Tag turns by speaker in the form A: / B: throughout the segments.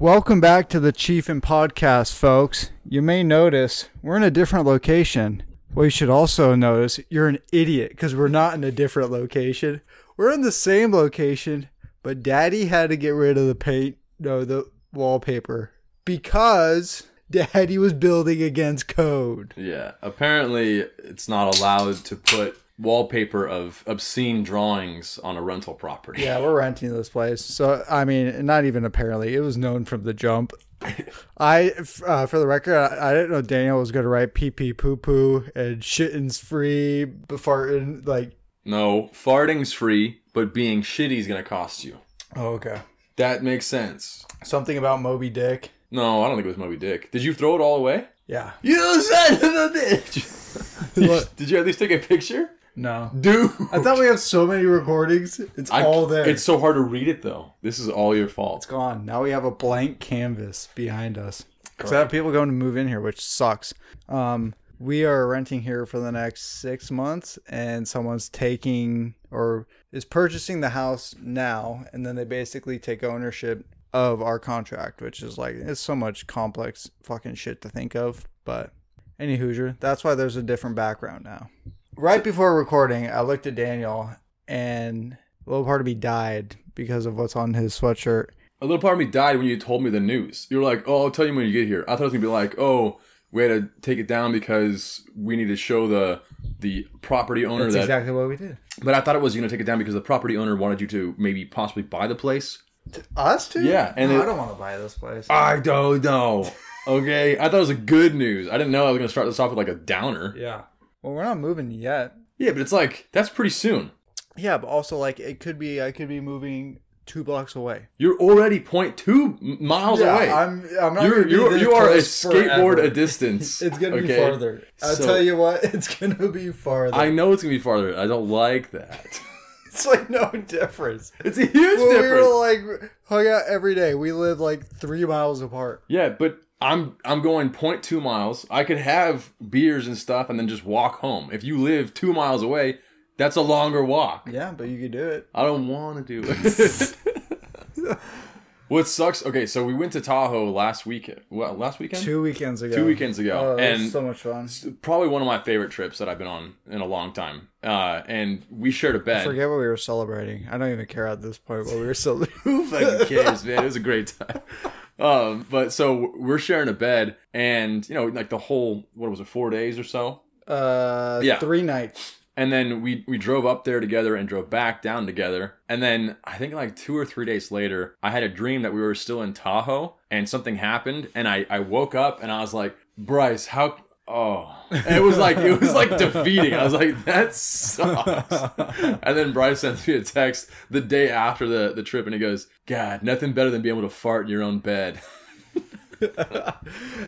A: Welcome back to the Chief and Podcast, folks. You may notice we're in a different location. What you should also notice, you're an idiot because we're not in a different location. We're in the same location, but Daddy had to get rid of the paint, no, the wallpaper, because Daddy was building against code.
B: Yeah. Apparently, it's not allowed to put wallpaper of obscene drawings on a rental property.
A: Yeah, we're renting this place. So, I mean, not even apparently. It was known from the jump. I, f- uh, for the record, I, I didn't know Daniel was going to write pee pee poo poo and shitting's free, farting. Like,
B: No, farting's free, but being shitty's gonna cost you.
A: oh, okay.
B: That makes sense.
A: Something about Moby Dick.
B: No, I don't think it was Moby Dick. Did you throw it all away?
A: Yeah.
B: You son of a bitch! Did you-
A: What?
B: Did you at least take a picture?
A: No.
B: Dude!
A: I thought we have so many recordings. It's
B: I-
A: all there.
B: It's so hard to read it though. This is all your
A: It's
B: fault.
A: gone. Now we have a blank canvas behind us. Because I have people going to move in here, which sucks. Um, we are renting here for the next six months, and someone's taking or is purchasing the house now, and then they basically take ownership of our contract, which is like it's so much complex fucking shit to think of. But any Hoosier, that's why there's a different background now. Right before recording, I looked at Daniel, and a little part of me died because of what's on his sweatshirt.
B: A little part of me died when you told me the news. You were like, "Oh, I'll tell you when you get here." I thought it was gonna be like, "Oh, we had to take it down because we need to show the the property owner
A: That's
B: that."
A: exactly what we did.
B: But I thought it was gonna take it down because the property owner wanted you to maybe possibly buy the place.
A: Us too?
B: Yeah, and
A: No,
B: it- Uh,
A: I don't want to buy this place.
B: I don't know. okay, I thought it was a good news. I didn't know I was gonna start this off with like a downer.
A: yeah. Well, we're not moving yet.
B: Yeah, but it's like that's pretty soon.
A: Yeah, but also like it could be I could be moving two blocks away.
B: You're already 0.2 m- miles away.
A: I'm I'm not
B: you're
A: gonna be
B: you're
A: this
B: you are a
A: close
B: skateboard
A: forever.
B: a distance.
A: It's gonna be
B: okay?
A: farther. I'll
B: So-
A: tell you what, it's gonna be farther.
B: I know it's gonna be farther. I don't like that.
A: it's like no difference.
B: It's a huge
A: Well, we
B: difference.
A: were like hung out every day. We live like three miles apart.
B: yeah, but I'm I'm going 0.2 miles. I could have beers and stuff and then just walk home. If you live two miles away, that's a longer walk.
A: Yeah, but you could do it.
B: I don't want to do it. what sucks? Okay, so we went to Tahoe last weekend. Well, last weekend,
A: Two weekends ago.
B: Two weekends ago,
A: Oh, that was
B: and
A: so much fun.
B: probably one of my favorite trips that I've been on in a long time. Uh, and we shared a bed.
A: Forget what we were celebrating. I don't even care at this point what we were celebrating.
B: Who fucking cares, man? It was a great time. Um, but so we're sharing a bed, and you know, like the whole what was it, four days or so,
A: Uh,
B: Yeah.
A: three nights.
B: and then we we drove up there together and drove back down together, and then I think like two or three days later, I had a dream that we were still in Tahoe, and something happened, and I I woke up and I was like, Bryce, how? Oh, And it was like it was like defeating. I was like, that sucks. And then Bryce sends me a text the day after the, the trip, and he goes, "God, nothing better than being able to fart in your own bed."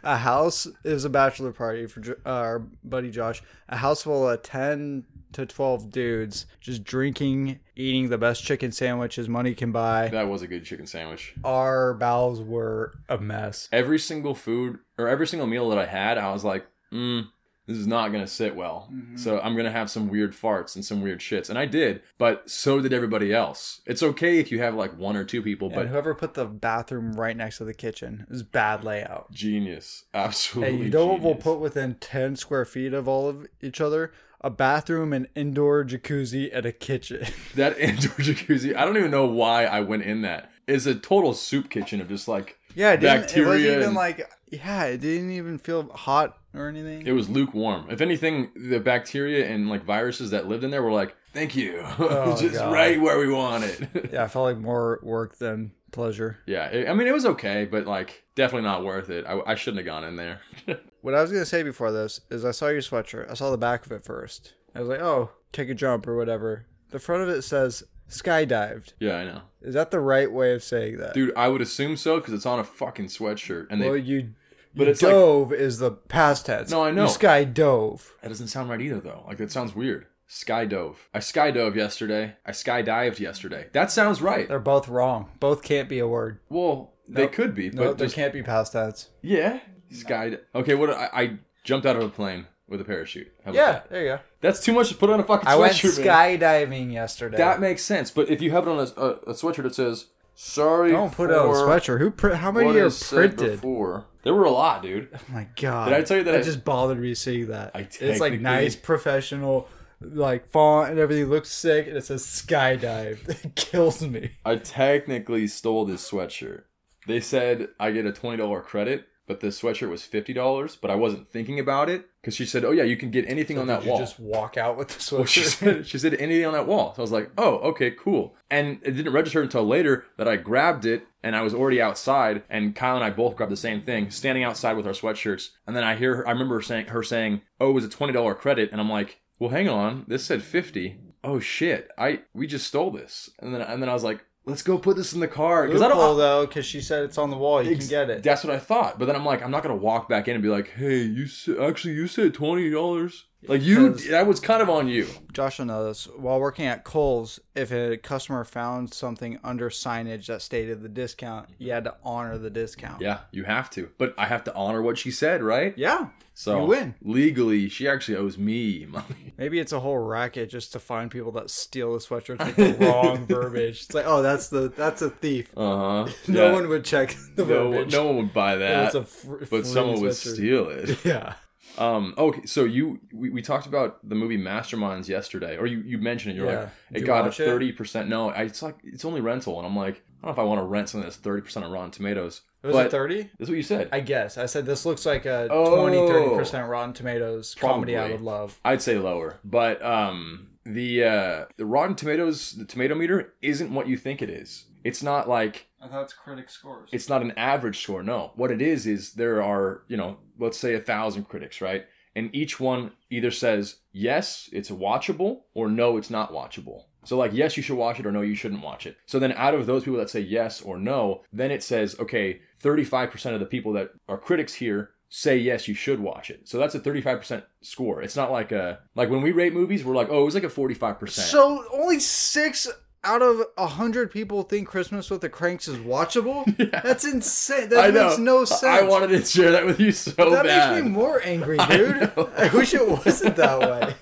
A: A house it was a bachelor party for Jo- uh, our buddy Josh. A house full of ten to twelve dudes just drinking, eating the best chicken sandwiches money can buy.
B: That was a good chicken sandwich.
A: Our bowels were a mess.
B: Every single food or every single meal that I had, I was like, mm, "This is not gonna sit well." So I'm gonna have some weird farts and some weird shits, and I did. But so did everybody else. It's okay if you have like one or two people,
A: But
B: but
A: whoever put the bathroom right next to the kitchen it was bad layout.
B: genius, absolutely.
A: Hey, you know what we'll
B: genius.
A: put within ten square feet of all of each other? A bathroom, an indoor jacuzzi, and a kitchen.
B: that indoor jacuzzi? I don't even know why I went in that. It's a total soup kitchen of just like
A: Yeah, it didn't, it wasn't
B: Bacteria
A: even
B: and-
A: like yeah, it didn't even feel hot or anything.
B: It was lukewarm. If anything, the bacteria and like viruses that lived in there were like, "Thank you, just
A: Oh, God.
B: right where we want it."
A: yeah, I felt like more work than pleasure.
B: yeah, it, I mean, it was okay, but like, definitely not worth it. I, I shouldn't have gone in there.
A: What I was gonna say before this is I saw your sweatshirt. I saw the back of it first. I was like, oh, take a jump or whatever. The front of it says skydived.
B: yeah, I know,
A: Is that the right way of saying that?
B: dude. I would assume so because it's on a fucking sweatshirt, and they,
A: well, you.
B: but it's like
A: dove is the past tense.
B: No, I know.
A: You sky dove.
B: that doesn't sound right either, though. Like that sounds weird. Skydove. I skydove yesterday. I skydived yesterday. That sounds right.
A: They're both wrong. Both can't be a word.
B: Well, they could be, but
A: No, they
B: just-
A: can't be past tense.
B: yeah, sky. Okay, what I, I jumped out of a plane with a parachute. How about
A: Yeah,
B: that?
A: there you go.
B: that's too much to put on a fucking sweatshirt.
A: I went
B: man.
A: skydiving yesterday.
B: That makes sense. But if you have it on a, a, a sweatshirt that says
C: Sorry.
A: Don't put out a
C: for
A: sweatshirt. Who print? How
C: what
A: many are
C: is said
A: printed? Oh
C: Before.
B: There were a lot, dude.
A: my god!
B: Did I tell you that
A: It
B: I-
A: just bothered me seeing that.
B: I
A: it's like
B: technically-
A: nice, professional, like font and everything looks sick, and it says skydive. it kills me.
B: I technically stole this sweatshirt. They said I get a twenty dollar credit, but the sweatshirt was fifty dollars. But I wasn't thinking about it because she said, "Oh yeah, you can get anything on
A: Did
B: that
A: you
B: wall."
A: just walk out with the
B: Well, she
A: sweatshirt.
B: said she said anything on that wall. So I was like, "Oh, okay, cool." And it didn't register until later that I grabbed it and I was already outside. And Kyle and I both grabbed the same thing, standing outside with our sweatshirts. And then I hear her, I remember her saying her saying, "Oh, it was a twenty dollar credit," and I'm like, "Well, hang on, this said 50 Oh shit, I we just stole this." And then and then I was like, "Let's go put this in the car because I don't."
A: Loophole, though, because she said it's on the wall. You
B: Ex-
A: can get it.
B: That's what I thought. But then I'm like, I'm not gonna walk back in and be like, "Hey, you said, actually you said twenty dollars." Like you,
A: Because-
B: that was kind of on you.
A: Josh will know this. While working at Kohl's, if a customer found something under signage that stated the discount, you had to honor the discount.
B: Yeah, you have to. But I have to honor what she said, right?
A: Yeah.
B: So
A: You win.
B: Legally, she actually owes me money.
A: Maybe it's a whole racket just to find people that steal the sweatshirts with the wrong verbiage. It's like, oh, that's the that's a thief.
B: Uh huh.
A: No one would check the
B: no, one-
A: verbiage.
B: no one would buy that.
A: it's a fr- free
B: but someone would
A: sweatshirt.
B: steal it.
A: Yeah.
B: Um. Okay. So you we, we talked about the movie Masterminds yesterday, or you you mentioned it. You're
A: Yeah.
B: like
A: Did
B: it
A: you
B: got a
A: watch it?
B: thirty percent. No, I, it's like it's only rental, and I'm like I don't know if I want to rent something that's thirty percent on Rotten Tomatoes.
A: It was
B: but
A: a 30?
B: that's what you said.
A: I guess. I said this looks like a
B: Oh.
A: twenty thirty 20 30% Rotten Tomatoes comedy I
B: Probably.
A: would love.
B: I'd say lower, but um, the uh, the Rotten Tomatoes, the tomato meter isn't what you think it is. It's not like
C: I thought it's critic scores.
B: it's not an average score. No, what it is is there are you know let's say a thousand critics, right? And each one either says yes, it's watchable, or no, it's not watchable. So like yes, you should watch it, or no, you shouldn't watch it. So then out of those people that say yes or no, then it says okay, thirty five percent of the people that are critics here say yes you should watch it so that's a 35% score it's not like a like when we rate movies we're like oh it was like a 45%
A: So only six out of a hundred people think Christmas with the Cranks is watchable.
B: Yeah.
A: That's insane.
B: I
A: That
B: know.
A: makes no
B: I-
A: sense.
B: i wanted to share that with you so
A: that
B: bad
A: makes me more angry,
B: I
A: dude.
B: know.
A: Oh, I, wish it wasn't that way.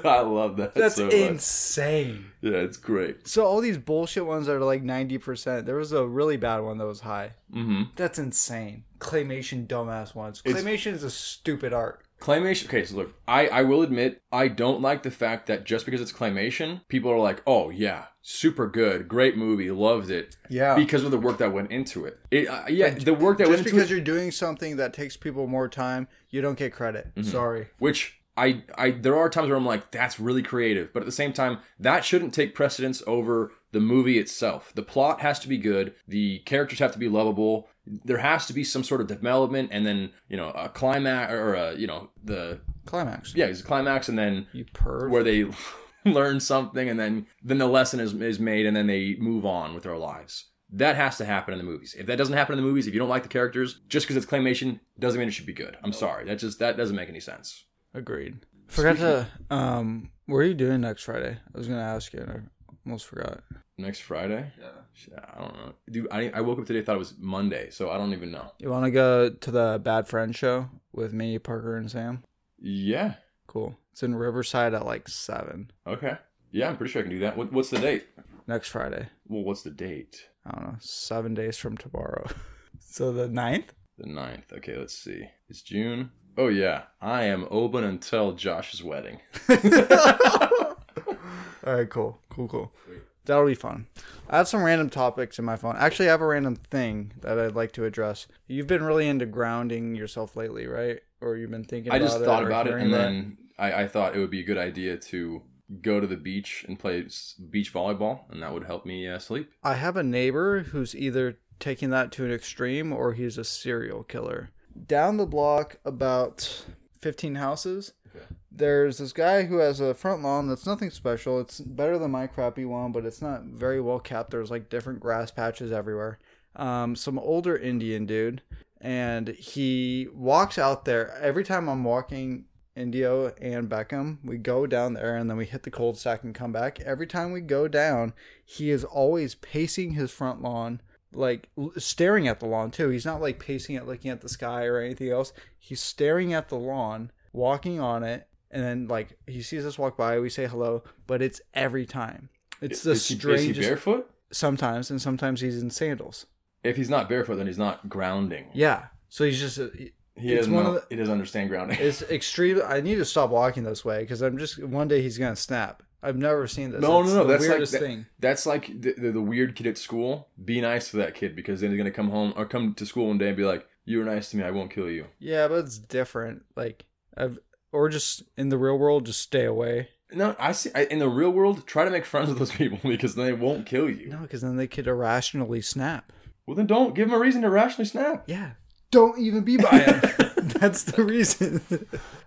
B: I love that.
A: That's
B: so much.
A: insane.
B: Yeah, it's great.
A: So all these bullshit ones that are like ninety percent. There was a really bad one that was high.
B: hmm
A: That's insane. Claymation dumbass ones.
B: It's-
A: Claymation is a stupid art.
B: Claymation. Okay, so look, I I will admit I don't like the fact that just because it's claymation, people are like, oh yeah, super good, great movie, loved it.
A: Yeah.
B: Because of the work that went into it. It uh, yeah, the work that went
A: Just
B: into it.
A: because you're doing something that takes people more time, you don't get credit. Sorry.
B: which I, I there are times where I'm like that's really creative, but at the same time that shouldn't take precedence over the movie itself. The plot has to be good, the characters have to be lovable, there has to be some sort of development, and then you know a climax or a, you know the
A: Climax.
B: yeah it's a climax, and then
A: You perv.
B: where they learn something, and then then the lesson is is made, and then they move on with their lives. That has to happen in the movies. If that doesn't happen in the movies, if you don't like the characters, just because it's claymation doesn't mean it should be good. I'm sorry, that just that doesn't make any sense.
A: Agreed. Forgot to. Um, what are you doing next Friday? I was gonna ask you, and I almost forgot.
B: Next Friday?
C: yeah.
B: Shit, I don't know. Dude, I, I woke up today thought it was Monday, so I don't even know.
A: You want to go to the Bad Friend show with me, Parker, and Sam?
B: Yeah.
A: Cool. It's in Riverside at like seven
B: Okay. Yeah, I'm pretty sure I can do that. What, what's the date?
A: next Friday.
B: Well, what's the date?
A: I don't know, seven days from tomorrow. so the 9th?
B: The 9th. Okay, let's see. It's June. Oh, yeah. I am open until Josh's wedding.
A: All right, cool, cool, cool. That'll be fun. I have some random topics in my phone. Actually, I have a random thing that I'd like to address. You've been really into grounding yourself lately, right? Or you've been thinking.
B: I just
A: about
B: thought
A: or
B: about it,
A: hearing
B: and then I, I thought it would be a good idea to go to the beach and play s- beach volleyball, and that would help me uh, sleep.
A: I have a neighbor who's either taking that to an extreme or he's a serial killer. Down the block, about 15 houses, there's this guy who has a front lawn that's nothing special. It's better than my crappy one, but it's not very well kept. There's like different grass patches everywhere. Um, some older Indian dude, and he walks out there. Every time I'm walking Indio and Beckham, we go down there and then we hit the cold stack and come back. Every time we go down, he is always pacing his front lawn like l- staring at the lawn too he's not like pacing it looking at the sky or anything else he's staring at the lawn walking on it and then like he sees us walk by we say hello but it's every time it's the
B: Is he- is he
A: strangest
B: barefoot?
A: sometimes, and sometimes he's in sandals.
B: If he's not barefoot, then he's not grounding.
A: Yeah. So he's just
B: He
A: It's
B: doesn't.
A: one of
B: know- he doesn't understand grounding.
A: it's extreme. I need to stop walking this way because I'm just one day he's gonna snap. I've never seen this.
B: No,
A: It's
B: no, no.
A: the
B: That's like
A: weirdest
B: that-
A: thing.
B: that's like the, the, the weird kid at school. Be nice to that kid because then he's gonna come home or come to school one day and be like, "You were nice to me. I won't kill you."
A: Yeah, but it's different. Like I've or just in the real world, just stay away.
B: No, I see. I, in the real world, try to make friends with those people because then they won't kill you.
A: No, because then they could irrationally snap.
B: Well, then don't give them a reason to rationally snap.
A: Yeah. Don't even be by him. That's the reason.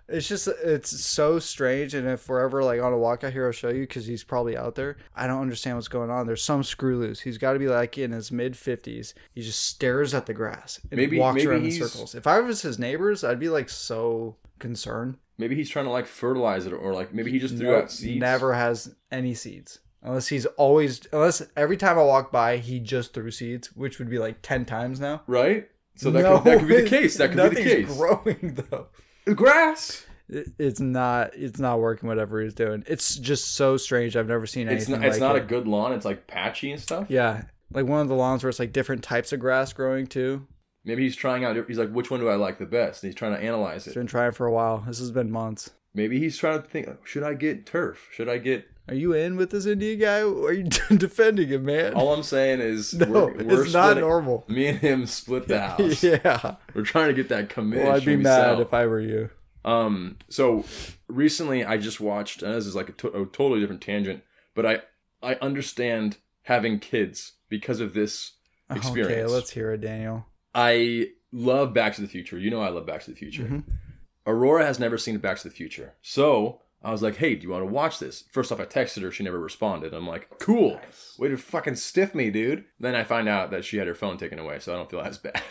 A: It's just it's so strange, and if we're ever like on a walk out here, I'll show you because he's probably out there. I don't understand what's going on. There's some screw loose. He's got to be like in his mid fifties. He just stares at the grass and
B: Maybe-
A: walks
B: maybe
A: around in
B: he's-
A: circles. If I was his neighbors, I'd be like so concerned.
B: Maybe he's trying to like fertilize it, or like maybe he just threw
A: Nope,
B: out seeds.
A: Never has any seeds. Unless he's always, unless every time I walk by, he just threw seeds, which would be like 10 times now.
B: right? So that
A: No
B: could, that could be the
A: way.
B: case. That could be
A: Nothing's
B: the case.
A: growing though.
B: Grass.
A: It, it's not, it's not working, whatever he's doing. It's just so strange. I've never seen
B: It's
A: anything
B: not. It's
A: like
B: not
A: it.
B: a good lawn. It's like patchy and stuff.
A: Yeah. Like one of the lawns where it's like different types of grass growing too.
B: Maybe he's trying out. He's like, which one do I like the best? And he's trying to analyze
A: It's
B: it.
A: been trying for a while. This has been months.
B: Maybe he's trying to think. Should I get turf? Should I get?
A: Are you in with this Indian guy? Or are you defending him, man?
B: All I'm saying is,
A: no,
B: we're, we're
A: it's not
B: splitting-
A: normal.
B: Me and him split the house.
A: Yeah.
B: We're trying to get that commission.
A: Well, I'd be
B: we
A: mad
B: sell.
A: if I were you.
B: Um, so recently I just watched, and this is like a, to- a totally different tangent, but I I understand having kids because of this
A: Okay,
B: experience.
A: let's hear it, Daniel.
B: I love Back to the Future. You know I love Back to the Future.
A: Mhm.
B: Aurora has never seen Back to the Future, so I was like, "Hey, do you want to watch this?" First off, I texted her. She never responded. I'm like, "Cool, way to fucking stiff me, dude." Then I find out that she had her phone taken away, so I don't feel as bad.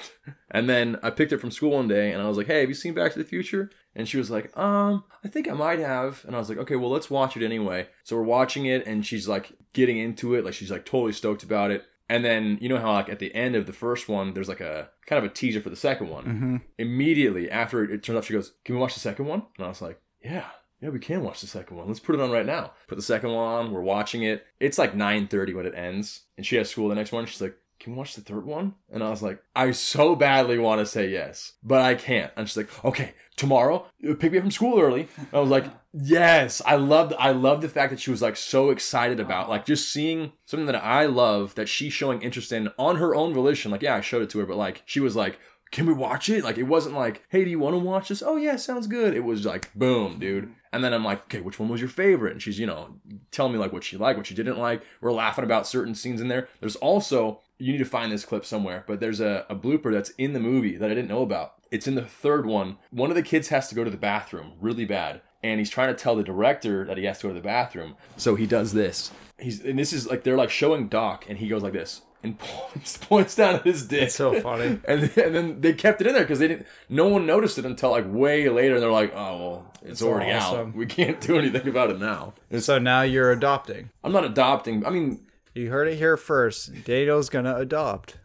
B: and then I picked it from school one day, and I was like, "Hey, have you seen Back to the Future?" And she was like, um, I think I might have. And I was like, okay, well, let's watch it anyway. So we're watching it, and she's like getting into it. Like, she's like totally stoked about it. And then, you know how, like, at the end of the first one, there's like a kind of a teaser for the second one.
A: Mm-hmm.
B: Immediately after it turns off, she goes, can we watch the second one? And I was like, yeah. Yeah, we can watch the second one. Let's put it on right now. Put the second one on. We're watching it. It's like 9.30 when it ends. And she has school the next morning. She's like, can we watch the third one? And I was like, I so badly want to say yes, but I can't. And she's like, okay, tomorrow, uh, pick me up from school early. And I was like, yes, I loved, I loved the fact that she was like so excited about like just seeing something that I love that she's showing interest in on her own volition. Like, yeah, I showed it to her, but like she was like, can we watch it? Like, it wasn't like, hey, do you want to watch this? Oh yeah, sounds good. It was like, boom, dude. And then I'm like, okay, which one was your favorite? And she's, you know, telling me like what she liked, what she didn't like. We're laughing about certain scenes in there. There's also you need to find this clip somewhere, but there's a, a blooper that's in the movie that I didn't know about. It's in the third one. One of the kids has to go to the bathroom really bad, and he's trying to tell the director that he has to go to the bathroom. So he does this. He's and this is like they're like showing Doc, and he goes like this and points, points down at his dick.
A: It's so funny.
B: And, then- and then they kept it in there because they didn't. No one noticed it until like way later. They're like, "Oh, well, it's, already
A: awesome.
B: out. We can't do anything about it now."
A: So now you're adopting.
B: I'm not adopting. I mean,
A: You heard it here first. Daniel's gonna adopt.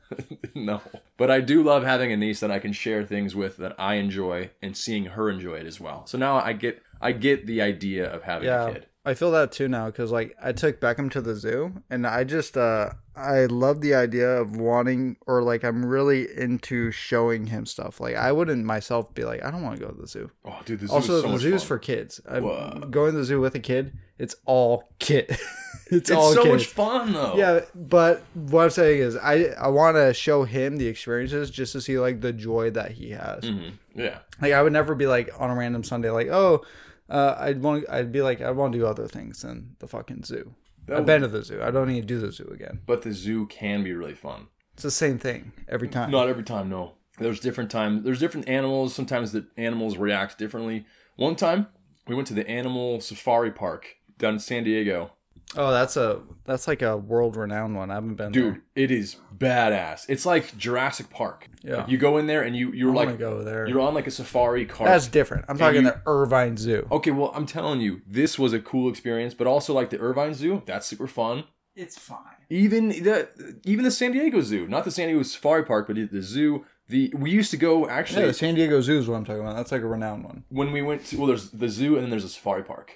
B: no. But I do love having a niece that I can share things with that I enjoy and seeing her enjoy it as well. So now I get I get the idea of having a
A: Yeah,
B: kid.
A: I feel that too now because like I took Beckham to the zoo, and I just uh I love the idea of wanting or like I'm really into showing him stuff. Like I wouldn't myself be like I don't want to go to the zoo.
B: Oh, dude, this
A: also,
B: is so
A: the
B: much
A: zoo's
B: fun.
A: for kids. I'm
B: Whoa.
A: going to the zoo with a kid. It's all kid. it's,
B: it's
A: all
B: so
A: kids.
B: much fun though.
A: Yeah, but what I'm saying is, I I want to show him the experiences just to see like the joy that he has.
B: Mhm. yeah.
A: Like I would never be like on a random Sunday like, oh, uh, I'd want I'd be like I want to do other things than the fucking zoo. I've been to the zoo. I don't need to do the zoo again.
B: But the zoo can be really fun.
A: It's the same thing every time.
B: Not every time, no. There's different times. There's different animals. Sometimes the animals react differently. One time, we went to the animal safari park down in San Diego.
A: Oh, that's a that's like a world renowned one. I haven't been
B: Dude, it is badass. It's like Jurassic Park.
A: Yeah.
B: Like, you go in there and you you're
A: there. I want
B: like
A: to go there.
B: you're on like a safari cart.
A: That's different. I'm talking
B: you- Oh.
A: the Irvine Zoo.
B: okay, well, I'm telling you, this was a cool experience, but also like the Irvine Zoo, that's super fun.
A: It's fine.
B: Even the even the San Diego Zoo, not the San Diego Safari Park, but the zoo. The we used to go actually
A: Yeah, the San Diego Zoo is what I'm talking about. That's like a renowned one.
B: when we went to well there's the zoo and then there's a safari park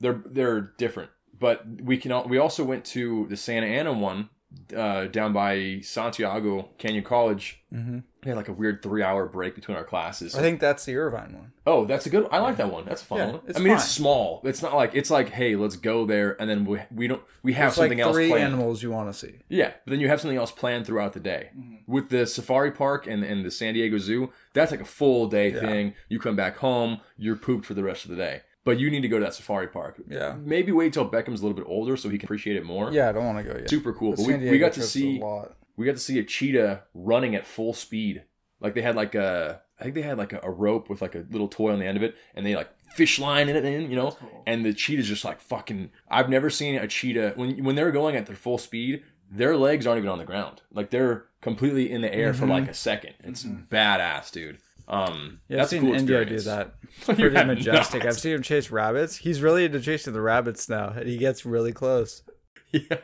B: they're they're different but we can al- we also went to the santa ana one uh, down by Santiago Canyon College.
A: Mm-hmm.
B: We had like a weird three hour break between our classes.
A: I think that's the Irvine one.
B: oh, that's a good. I like that one. That's a fun
A: Yeah,
B: one.
A: it's
B: I mean, it's
A: fine.
B: small. It's not like it's like hey, let's go there, and then we we don't we have
A: It's like
B: something else
A: three
B: planned.
A: animals you want to see.
B: Yeah, but then you have something else planned throughout the day.
A: Mm-hmm.
B: With the safari park and, and the San Diego Zoo, that's like a full day
A: Yeah.
B: thing. You come back home, you're pooped for the rest of the day. But you need to go to that safari park.
A: Yeah.
B: Maybe wait till Beckham's a little bit older so he can appreciate it more.
A: Yeah, I don't want to go yet.
B: Super cool.
A: The
B: But
A: San
B: we, we
A: Diego
B: got to
A: trip's
B: see
A: a lot.
B: we got to see a cheetah running at full speed. Like they had like a I think they had like a, a rope with like a little toy on the end of it and they like fish line in it in, you know. And the cheetah's just like fucking I've never seen a cheetah when when they're going at their full speed, their legs aren't even on the ground. Like they're completely in the air for
A: Mhm.
B: like a second. It's badass, dude. Um
A: Yeah,
B: that's
A: I've seen
B: a cool
A: India
B: experience.
A: do that.
B: You
A: Pretty
B: have
A: majestic.
B: not.
A: I've seen him chase rabbits. He's really into chasing the rabbits now, and he gets really close.
B: Yeah.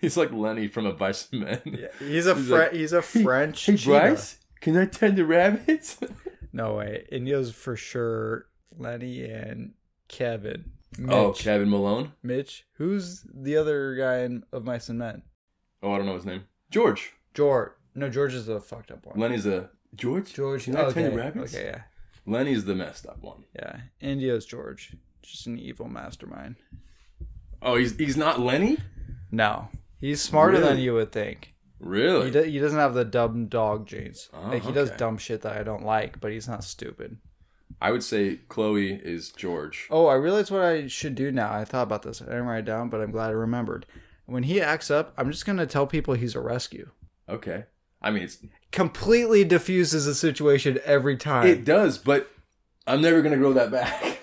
B: He's like Lenny from a Bison Man.
A: Yeah, he's a
B: He's
A: Fre-
B: like,
A: he's a French cheetah.
B: can I tend the rabbits?
A: No way. India's for sure Lenny and Kevin. Mitch.
B: Oh, Kevin Malone.
A: Mitch. Who's the other guy in, of Mice and Men?
B: Oh, I don't know his name. George.
A: George. No, George is the fucked up one.
B: Lenny's the George.
A: George.
B: Can I
A: okay.
B: tell you rabbits?
A: okay, yeah.
B: Lenny's the messed up one.
A: Yeah. India's George. Just an evil mastermind.
B: Oh, he's he's not Lenny.
A: No. He's smarter than
B: Really?
A: you would think.
B: Really?
A: He, do- he doesn't have the dumb dog genes.
B: Oh,
A: like, he does
B: okay.
A: dumb shit that I don't like, but he's not stupid.
B: I would say Chloe is George.
A: Oh, I realized what I should do now. I thought about this. I didn't write it down, but I'm glad I remembered. When he acts up, I'm just going to tell people he's a rescue.
B: Okay. I mean, it's,
A: Completely diffuses the situation every time.
B: it does, but I'm never gonna grow that back.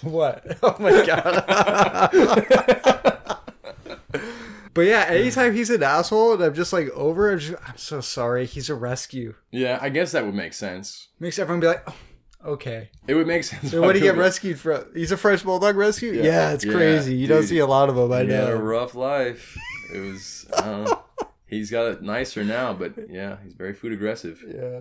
A: What? Oh my god. but yeah, anytime he's an asshole and I'm just like over, it, I'm, just- I'm so sorry. He's a rescue.
B: yeah, I guess that would make sense.
A: Makes everyone be like, oh, okay.
B: It would make sense.
A: So what do you get
B: Why
A: rescued from? He's a French bulldog rescue. Yeah, it's
B: Yeah,
A: crazy. You don't
B: dude.
A: see a lot of them. I
B: He had a
A: know.
B: rough life. It was. I don't know. He's got it nicer now, but yeah, he's very food aggressive.
A: Yeah.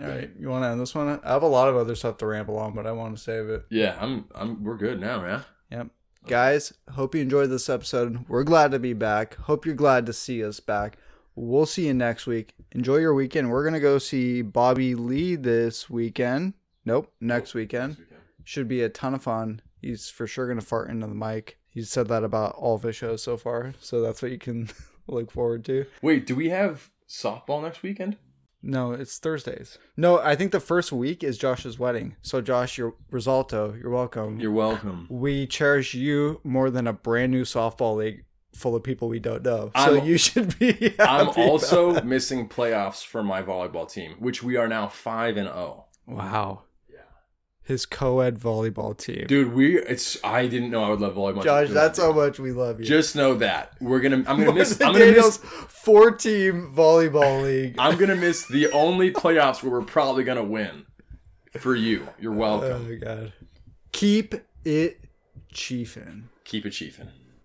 A: All right, you want to end this one? I have a lot of other stuff to ramble on, but I want to save it.
B: Yeah, I'm. I'm. We're good now, man.
A: Yep. Guys, hope you enjoyed this episode. We're glad to be back. Hope you're glad to see us back. We'll see you next week. Enjoy your weekend. We're going to go see Bobby Lee this weekend. Nope, next weekend. Should be a ton of fun. He's for sure going to fart into the mic. He said that about all of his shows so far. So that's what you can look forward to.
B: Wait, do we have softball next weekend?
A: No, it's Thursdays. No, I think the first week is Josh's wedding. So, Josh, you're Risalto. You're welcome.
B: You're welcome.
A: we cherish you more than a brand new softball league full of people we don't know. so
B: I'm-
A: you should be. Happy
B: I'm
A: about-
B: also missing playoffs for my volleyball team, which we are now five and oh. zero.
A: wow. His co-ed volleyball team.
B: Dude, we it's I didn't know I would love volleyball.
A: Josh,
B: Dude,
A: that's how much we love you.
B: just know that we're gonna. I'm gonna
A: More
B: miss.
A: than
B: I'm gonna
A: Daniel's
B: miss.
A: four-team volleyball league.
B: I'm gonna miss the only playoffs where we're probably gonna win. For you, you're
A: oh
B: welcome.
A: my god. Keep it chiefin'.
B: Keep achieving.